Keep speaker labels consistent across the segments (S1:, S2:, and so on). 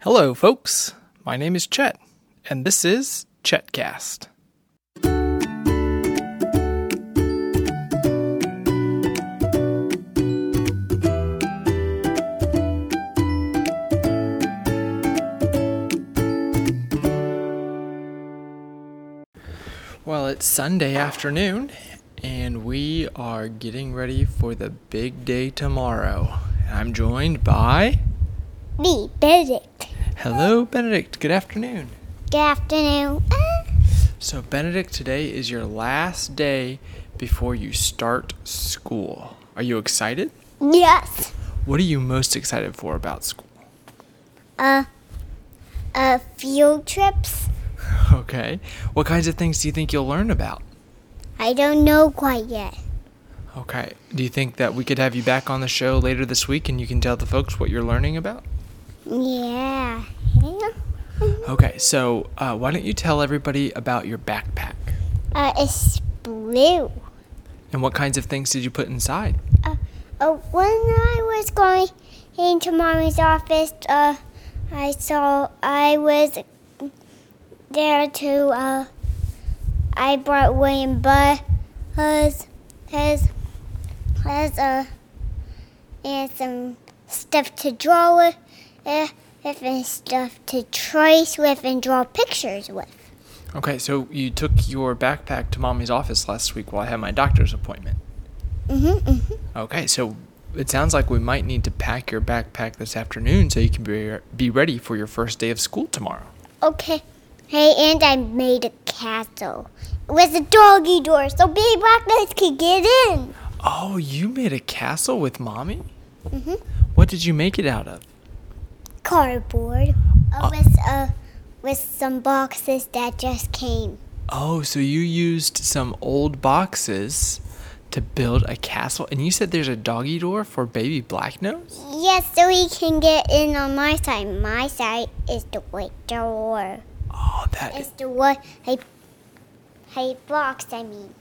S1: Hello, folks. My name is Chet, and this is Chetcast. Well, it's Sunday afternoon, and we are getting ready for the big day tomorrow. I'm joined by.
S2: Me, Benedict.
S1: Hello, Benedict. Good afternoon.
S2: Good afternoon. Uh,
S1: So, Benedict, today is your last day before you start school. Are you excited?
S2: Yes.
S1: What are you most excited for about school?
S2: Uh, uh, field trips.
S1: Okay. What kinds of things do you think you'll learn about?
S2: I don't know quite yet.
S1: Okay. Do you think that we could have you back on the show later this week and you can tell the folks what you're learning about?
S2: Yeah.
S1: Okay. So, uh, why don't you tell everybody about your backpack
S2: Uh, it's blue.
S1: and what kinds of things did you put inside?
S2: Uh, when I was going into mommy's office, uh, I saw I was there to uh, I brought William Bud his his his uh and some stuff to draw with, uh, with and stuff to trace with and draw pictures with.
S1: Okay. So, you took your backpack to mommy's office last week while I had my doctor's appointment.
S2: Mm-hmm, mm-hmm.
S1: Okay, so it sounds like we might need to pack your backpack this afternoon so you can be, be ready for your first day of school tomorrow.
S2: Okay. Hey, and I made a castle. It was a doggy door, so baby black knights could get in.
S1: Oh, you made a castle with mommy? Mm-hmm. What did you make it out of?
S2: Cardboard. Uh, with uh, with some boxes that just came.
S1: Oh, so you used some old boxes to build a castle, and you said there's a doggy door for baby Blacknose?
S2: Yes, so he can get in on my side. My side is the white door.
S1: Oh, that is,
S2: It's the white hey, hey box. I mean.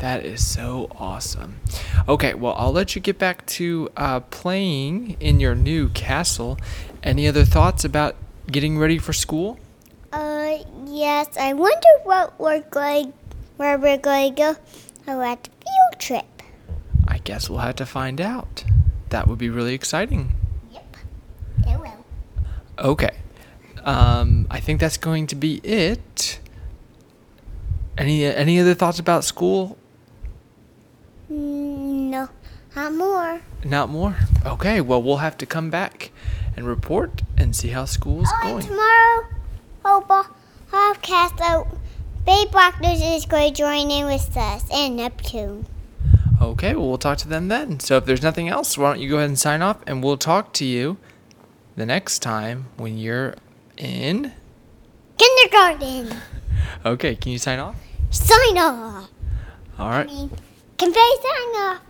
S1: that is so awesome. Okay, well, I'll let you get back to uh, playing in your new castle. Any other thoughts about getting ready for school?
S2: Uh, yes. I wonder what we're going, where we're going to go. Oh, at the field trip.
S1: I guess we'll have to find out. That would be really exciting.
S2: Yep. It will.
S1: Okay. Um, I think that's going to be it. Any any other thoughts about school?
S2: Mm, No, not more.
S1: Not more. Okay. Well, we'll have to come back and report and see how school's
S2: Oh, and
S1: going.
S2: tomorrow, oh, bo- podcast, uh, Babe Black News is going to join in with us and Neptune.
S1: Okay. Well, we'll talk to them then. So if there's nothing else, why don't you go ahead and sign off, and we'll talk to you the next time when you're in.
S2: Kindergarten,
S1: Okay. Can you sign off?
S2: sign off.
S1: All
S2: I
S1: right.
S2: mean, convey sign off.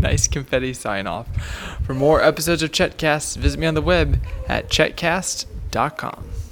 S1: nice confetti sign off. For more episodes of Chetcast, visit me on the web at chetcast.com.